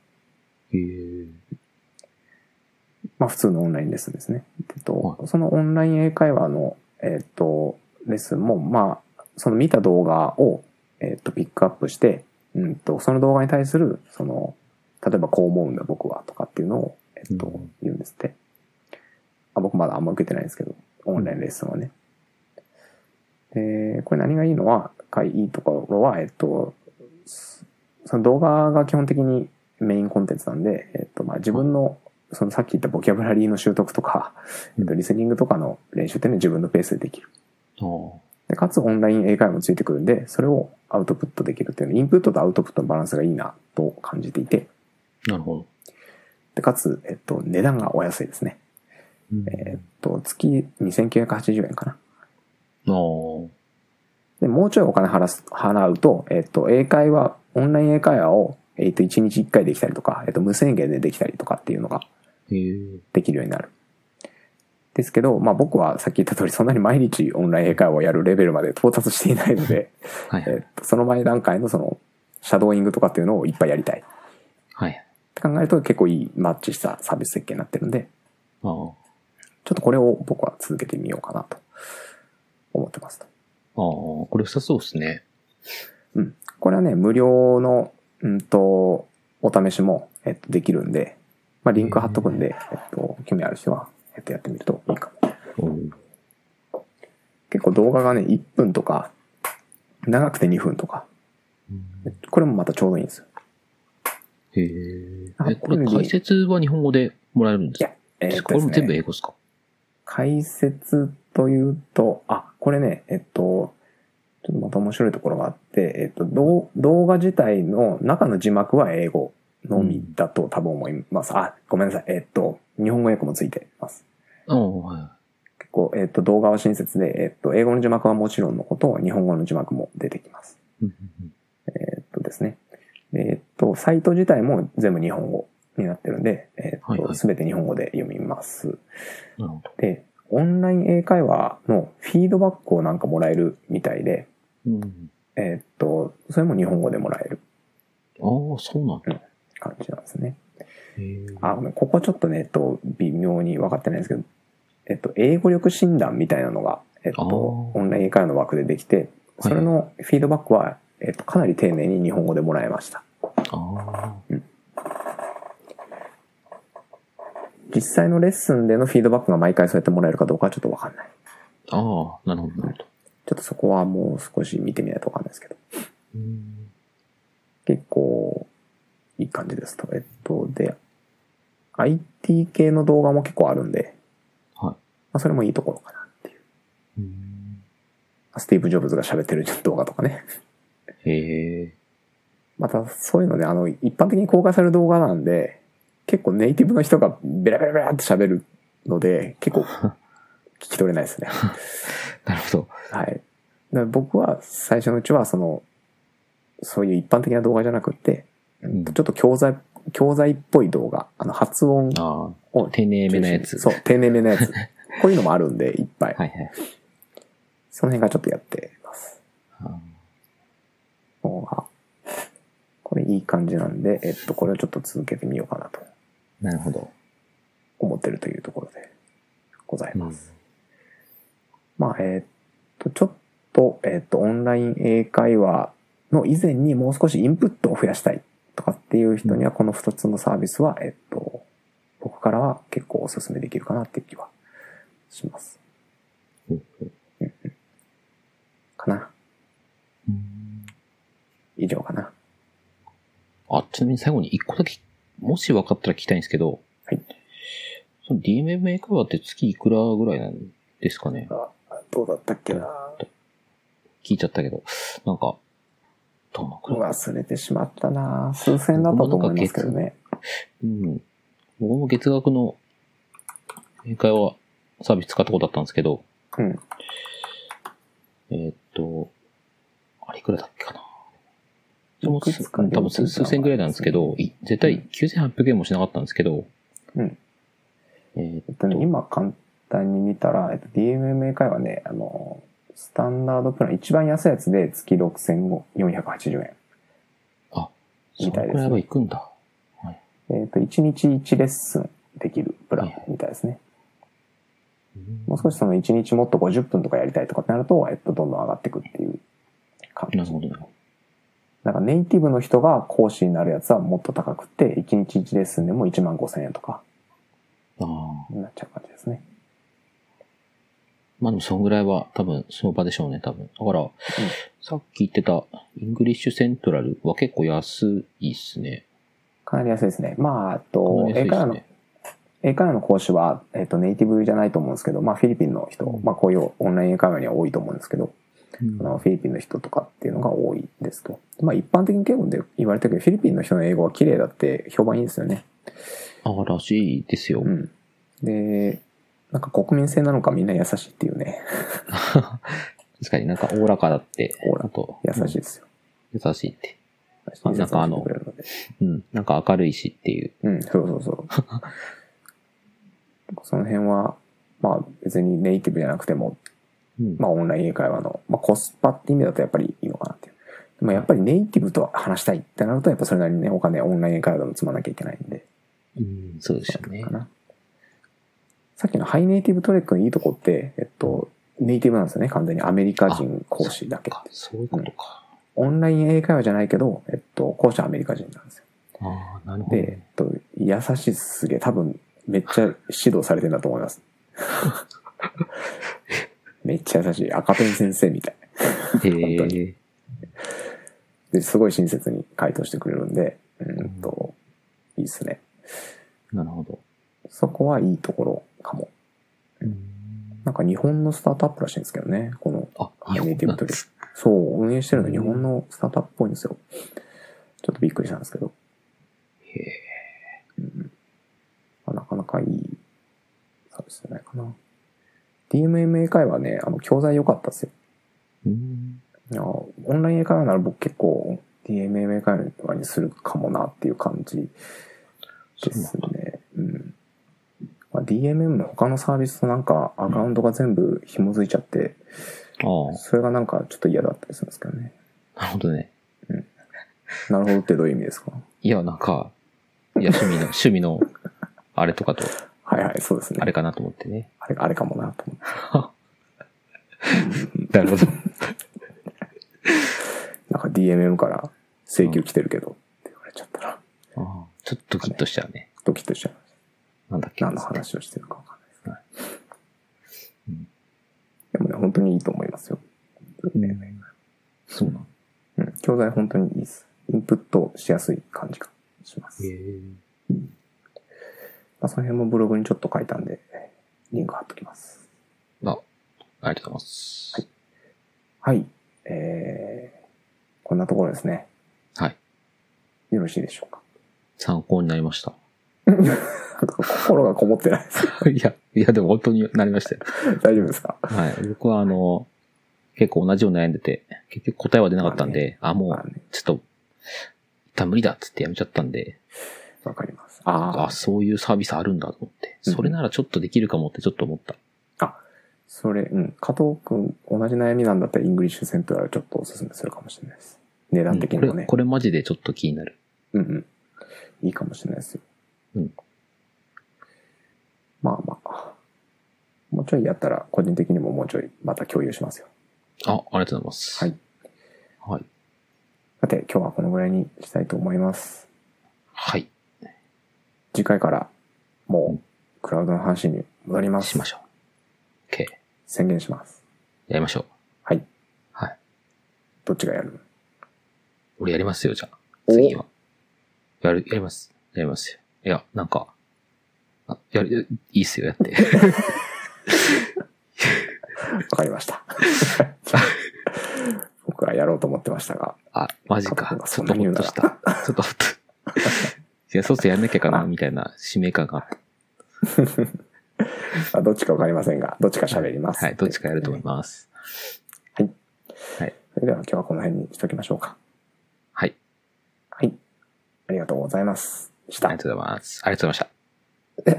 [SPEAKER 2] へえ。
[SPEAKER 1] まあ普通のオンラインレッスンですね。えっと
[SPEAKER 2] は、
[SPEAKER 1] そのオンライン英会話の、えっと、レッスンも、まあ、その見た動画を、えっと、ピックアップして、うんと、その動画に対する、その、例えばこう思うんだ僕はとかっていうのを、えっと
[SPEAKER 2] うん、
[SPEAKER 1] 言うんですって。あ僕まだあんま受けてないんですけど、オンラインレッスンはね。で、これ何がいいのは、かいいところは、えっと、そその動画が基本的にメインコンテンツなんで、えっと、まあ自分の、そのさっき言ったボキャブラリーの習得とか、えっと、リスニングとかの練習っていうのは自分のペースでできる。
[SPEAKER 2] ああ。
[SPEAKER 1] で、かつオンライン英会話もついてくるんで、それをアウトプットできるっていうの、インプットとアウトプットのバランスがいいなと感じていて、
[SPEAKER 2] なるほど。
[SPEAKER 1] で、かつ、えっと、値段がお安いですね。
[SPEAKER 2] うん
[SPEAKER 1] えっと、月2980円かな。
[SPEAKER 2] ああ。
[SPEAKER 1] で、もうちょいお金払す、払うと、えっと、英会話、オンライン英会話を、えっと、1日1回できたりとか、えっと、無制限でできたりとかっていうのが
[SPEAKER 2] へえ。
[SPEAKER 1] できるようになる。ですけど、まあ僕はさっき言った通り、そんなに毎日オンライン英会話をやるレベルまで到達していないので、
[SPEAKER 2] はいはい。
[SPEAKER 1] えっと、その前段階のその、シャドーイングとかっていうのをいっぱいやりたい。っ
[SPEAKER 2] はい。
[SPEAKER 1] て考えると結構いいマッチしたサービス設計になってるんで、
[SPEAKER 2] あ
[SPEAKER 1] ち
[SPEAKER 2] あ。
[SPEAKER 1] ょっとこれを僕は続けてみようかなと思ってますと。
[SPEAKER 2] ああ、これ良さそうですね。
[SPEAKER 1] うん。これはね、無料の、うんと、お試しも、えっと、できるんで、まあリンク貼っとくんで、えっと、興味ある人は、えっと、やってみるといいかも。
[SPEAKER 2] うん。
[SPEAKER 1] 結構動画がね、1分とか、長くて2分とか、これもまたちょうどいいんですよ。
[SPEAKER 2] へえ。
[SPEAKER 1] あ
[SPEAKER 2] え、こ
[SPEAKER 1] これ
[SPEAKER 2] れ
[SPEAKER 1] ね
[SPEAKER 2] 解説は日本語でもらえるんですか
[SPEAKER 1] え
[SPEAKER 2] これも全部
[SPEAKER 1] ね、
[SPEAKER 2] 英語ですか
[SPEAKER 1] 解説というと、あ、これね、えっと、ちょっとまた面白いところがあって、えっと、動動画自体の中の字幕は英語のみだと多分思います。あ、ごめんなさい。えっと、日本語訳もついてます。
[SPEAKER 2] ああ、はい。
[SPEAKER 1] 結構、えっと、動画は親切で、えっと、英語の字幕はもちろんのこと、日本語の字幕も出てきます。
[SPEAKER 2] うん
[SPEAKER 1] えっとですね。えっと、サイト自体も全部日本語になってるんで、え
[SPEAKER 2] は
[SPEAKER 1] っ
[SPEAKER 2] いは
[SPEAKER 1] と、
[SPEAKER 2] い
[SPEAKER 1] すべて日本語で読みます。
[SPEAKER 2] なるほど。
[SPEAKER 1] で、オンライン英会話のフィードバックをなんかもらえるみたいで、
[SPEAKER 2] うん。
[SPEAKER 1] えっと、それも日本語でもらえる
[SPEAKER 2] ああ、そうなんだ。
[SPEAKER 1] 感じなんですね。
[SPEAKER 2] へえ。
[SPEAKER 1] あ、ごめん、ここちょっとね、えっと、微妙に分かってないんですけど、えっと、英語力診断みたいなのが、えっと、
[SPEAKER 2] あー
[SPEAKER 1] オンライン英会話の枠でできて、それのフィードバックは、えっと、かなり丁寧に日本語でもらえました。
[SPEAKER 2] あ
[SPEAKER 1] 実際のレッスンでのフィードバックが毎回そうやってもらえるかどうかはちょっとわかんない。
[SPEAKER 2] あ。ああ、なるほど、なるほど。
[SPEAKER 1] ちょっとそこはもう少し見てみないとわかんないですけど、
[SPEAKER 2] うん。
[SPEAKER 1] 結構いい感じですと。えっと、で、IT 系の動画も結構あるんで、
[SPEAKER 2] はい
[SPEAKER 1] まあ、それもいいところかなっていう。
[SPEAKER 2] うん
[SPEAKER 1] スティーブ・ジョブズが喋ってる動画とかね。
[SPEAKER 2] へえ。
[SPEAKER 1] またそういうのね、あの、一般的に公開される動画なんで、結構ネイティブの人がベラベラベラって喋るので、結構聞き取れない ですね。
[SPEAKER 2] なるほど。
[SPEAKER 1] はい。だから僕は最初のうちは、その、そういう一般的な動画じゃなくて、
[SPEAKER 2] うん
[SPEAKER 1] ちょっと教材、教材っぽい動画、あの、発音
[SPEAKER 2] あ
[SPEAKER 1] を
[SPEAKER 2] あ、丁寧めなやつ。
[SPEAKER 1] そう、丁寧めなや つ。こういうのもあるんで、いっぱい。
[SPEAKER 2] はいはい。
[SPEAKER 1] その辺がちょっとやってます。
[SPEAKER 2] あ
[SPEAKER 1] もうあこれいい感じなんで、えっと、これをちょっと続けてみようかなと。
[SPEAKER 2] あなるほど。
[SPEAKER 1] 思ってるというところでございます。
[SPEAKER 2] す。
[SPEAKER 1] まあ、えーっと、ちょっと、えーっと、オンライン英会話の以前にもう少しインプットを増やしたいとかっていう人には、この2つのサービスは、えーっと、僕からは結構お勧めできるかなっていう気はします。
[SPEAKER 2] うん
[SPEAKER 1] かな。
[SPEAKER 2] うん
[SPEAKER 1] 以上かな。
[SPEAKER 2] あ、ちなみに最後に一個だけ、もし分かったら聞きたいんですけど、
[SPEAKER 1] はい。
[SPEAKER 2] その DMM 英会話って月いくらぐらいなんですかね
[SPEAKER 1] どうだったっけな
[SPEAKER 2] な聞いちゃったけど、なんか、どのくらい
[SPEAKER 1] 忘れてしまったな数千だったと思いますけどね。
[SPEAKER 2] うん。僕も月額の英会話サービス使ったことあったんですけど、
[SPEAKER 1] うん。
[SPEAKER 2] えーっと、あれいくらだっけかな。
[SPEAKER 1] い
[SPEAKER 2] も
[SPEAKER 1] くつか
[SPEAKER 2] うん多分数数千ぐらいなんですけど、い絶
[SPEAKER 1] う
[SPEAKER 2] 対
[SPEAKER 1] ん
[SPEAKER 2] 9800円もしなかったんですけど、
[SPEAKER 1] うん。
[SPEAKER 2] えーっ
[SPEAKER 1] えっとね、今簡単に見たら、えっと、DMMA 会はね、あの、スタンダードプラン、一番安いやつで月6480円。
[SPEAKER 2] あ、そ
[SPEAKER 1] みたいですね
[SPEAKER 2] のくらいは行くんだ。
[SPEAKER 1] えっと、1日1レッスンできるプランみたいですね。
[SPEAKER 2] うん
[SPEAKER 1] もう少しその1日もっと50分とかやりたいとかってなると、えっと、どんどん上がっていくっていう感じ
[SPEAKER 2] なるほど。
[SPEAKER 1] なんかネイティブの人が講師になるやつはもっと高くて、1日1レッスンでも1万5千円とか
[SPEAKER 2] ああ。
[SPEAKER 1] になっちゃう感じですね。
[SPEAKER 2] まあでもそんぐらいは多分その場でしょうね、多分。だから、さっき言ってたイングリッシュセントラルは結構安いっすね。
[SPEAKER 1] かなり安いですね。まあ、えっ
[SPEAKER 2] かな
[SPEAKER 1] と、英
[SPEAKER 2] り安いっ
[SPEAKER 1] 会話
[SPEAKER 2] す
[SPEAKER 1] の
[SPEAKER 2] ね。
[SPEAKER 1] 英会話の講師は、えっと、ネイティブじゃないと思うんですけど、まあ、フィリピンの人、まあ、こういうオンライン英会話には多いと思うんですけど、あのフィリピンの人とかっていうのが多いですと。まあ、一般的に結構で言われたけど、フィリピンの人の英語は綺麗だって評判いいんですよね。
[SPEAKER 2] あらしいですよ
[SPEAKER 1] う。ん。で、なんか国民性なのかみんな優しいっていうね、
[SPEAKER 2] 確かになんかおおらかだって。
[SPEAKER 1] おおら
[SPEAKER 2] あと、
[SPEAKER 1] 優しい
[SPEAKER 2] い。
[SPEAKER 1] ですよ。
[SPEAKER 2] 優しいって。
[SPEAKER 1] 優しい
[SPEAKER 2] なんかあの
[SPEAKER 1] 優しくしてくれるので
[SPEAKER 2] うん。なんか明るいしっていう。
[SPEAKER 1] うん、そうそうそう。 その辺は、まあ別にネイティブじゃなくても、
[SPEAKER 2] うん。
[SPEAKER 1] まあオンライン英会話の、まあコスパって意味だとやっぱりいいのかなっていう。でもやっぱりネイティブと話したいってなると、やっぱそれなりにね、お金オンライン英会話でも積まなきゃいけないんで、
[SPEAKER 2] うん、そうですよね
[SPEAKER 1] か。な。さっきのハイネイティブトレックのいいとこって、えっと、ネイティブなんですよね、完全にアメリカ人講師だけ。
[SPEAKER 2] かそういうことか。
[SPEAKER 1] オンライン英会話じゃないけど、えっと、講師はアメリカ人なんですよ。
[SPEAKER 2] ああ、なるほ
[SPEAKER 1] で、
[SPEAKER 2] ど。
[SPEAKER 1] えっと、優しいっすげえ、多分、めっちゃ指導されてんだと思い ます。めっちゃ優しい。赤ペン先生みたい。
[SPEAKER 2] へ
[SPEAKER 1] 本当
[SPEAKER 2] え。
[SPEAKER 1] ですごい親切に回答してくれるんで、うんと、いいっすね。
[SPEAKER 2] なるほど。
[SPEAKER 1] そこはいいところかも。なんか日本のスタートアップらしいんですけどね。この、
[SPEAKER 2] あ、
[SPEAKER 1] ハイネイティブトレッ
[SPEAKER 2] す。
[SPEAKER 1] ク。そう、運営してるの日本のスタートアップっぽいんですよ。ちょっとびっくりしたんですけど。
[SPEAKER 2] へえ。
[SPEAKER 1] まあなかなかいいサービスじゃないかな。DMMA 会はね、あの、教材良かったですよ。
[SPEAKER 2] うん。
[SPEAKER 1] いやオンライン英会話なら僕結構 DMMA 会話にするかもなっていう感じですね。うん。まあ、DMM の他のサービスとなんかアカウントが全部紐づいちゃって、
[SPEAKER 2] ああ、
[SPEAKER 1] それがなんかちょっと嫌だったりするんですけどね。
[SPEAKER 2] なるほどね。
[SPEAKER 1] なるほどってどういう意味ですか
[SPEAKER 2] いや、なんか、いや、 趣味の、趣味の、あれとかと、
[SPEAKER 1] はいはい、そうですね。
[SPEAKER 2] あれかなと思ってね。
[SPEAKER 1] あれあれかもなと思って。
[SPEAKER 2] なるほど。
[SPEAKER 1] なんか DMM から請求来てるけどって言われちゃったら、
[SPEAKER 2] ああちょっとドキッとしちゃうね。
[SPEAKER 1] ドキッとしちゃう。
[SPEAKER 2] なんだっけ。
[SPEAKER 1] 何の話をしてるかわかんないですね。
[SPEAKER 2] うん
[SPEAKER 1] でもね、本当にいいと思いますよ。
[SPEAKER 2] うんそうなん
[SPEAKER 1] うん、教材本当にいいです。インプットしやすい感じがします。
[SPEAKER 2] へ
[SPEAKER 1] ま
[SPEAKER 2] え。
[SPEAKER 1] あ、その辺もブログにちょっと書いたんで、リンク貼っときます。
[SPEAKER 2] あ、ありがとうございます。
[SPEAKER 1] はい。えー、こんなところですね。
[SPEAKER 2] はい。
[SPEAKER 1] よろしいでしょうか。
[SPEAKER 2] 参考になりました。
[SPEAKER 1] なんか心がこもってないです。
[SPEAKER 2] いや、いや、でも本当になりましたよ。
[SPEAKER 1] 大丈夫ですか
[SPEAKER 2] はい。僕はあの、結構同じように悩んでて、結局答えは出なかったんで、あ、も
[SPEAKER 1] まあ
[SPEAKER 2] う、
[SPEAKER 1] ね、
[SPEAKER 2] ちょっと、一旦無理だっつってやめちゃったんで、
[SPEAKER 1] わかります。あ
[SPEAKER 2] あ、
[SPEAKER 1] あ、
[SPEAKER 2] そういうサービスあるんだと思って、
[SPEAKER 1] うん
[SPEAKER 2] それならちょっとできるかもってちょっと思った。
[SPEAKER 1] それ、うん。加藤くん、同じ悩みなんだったら、イングリッシュセントラルちょっとおすすめするかもしれないです。値段的に
[SPEAKER 2] う
[SPEAKER 1] も
[SPEAKER 2] んこれ、
[SPEAKER 1] ね。
[SPEAKER 2] これマジでちょっと気になる。
[SPEAKER 1] うんうん。いいかもしれないですよ。
[SPEAKER 2] うん。
[SPEAKER 1] まあまあ。もうちょいやったら、個人的にももうちょいまた共有しますよ。
[SPEAKER 2] あ、ありがとうございます。
[SPEAKER 1] はい。
[SPEAKER 2] はい。
[SPEAKER 1] さて、今日はこのぐらいにしたいと思います。
[SPEAKER 2] はい。
[SPEAKER 1] 次回から、もう、クラウドの話に戻ります。
[SPEAKER 2] しましょう。OK。
[SPEAKER 1] 宣言します。
[SPEAKER 2] やりましょう。
[SPEAKER 1] はい。
[SPEAKER 2] はい。
[SPEAKER 1] どっちがやる
[SPEAKER 2] 俺やりますよ、じゃあ。
[SPEAKER 1] お
[SPEAKER 2] 次は。やる、やります。やりますよ。いや、なんか、あやる、いいっすよ、やって。
[SPEAKER 1] わかりました。 僕はやろうと思ってましたが、
[SPEAKER 2] あ、マジ
[SPEAKER 1] 加藤君が。
[SPEAKER 2] か ち
[SPEAKER 1] そ
[SPEAKER 2] ょ
[SPEAKER 1] ん
[SPEAKER 2] っ
[SPEAKER 1] な
[SPEAKER 2] と
[SPEAKER 1] に言
[SPEAKER 2] ほ
[SPEAKER 1] う
[SPEAKER 2] っ
[SPEAKER 1] な
[SPEAKER 2] と
[SPEAKER 1] ら
[SPEAKER 2] した。ちょっとほっと。 いや、そうするとやんなきゃかな、
[SPEAKER 1] あ
[SPEAKER 2] みたいな使命感があった。
[SPEAKER 1] あどっちかわかりませんが、どっちか喋ります。
[SPEAKER 2] はい、どっちかやると思います。
[SPEAKER 1] それでは今日はこの辺にしときましょうか。
[SPEAKER 2] はい。
[SPEAKER 1] はい。ありがとうございます。し
[SPEAKER 2] あ
[SPEAKER 1] た
[SPEAKER 2] りが。とうございます。ありがとうござい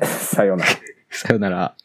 [SPEAKER 2] ま
[SPEAKER 1] さようなら。
[SPEAKER 2] した。さようなら。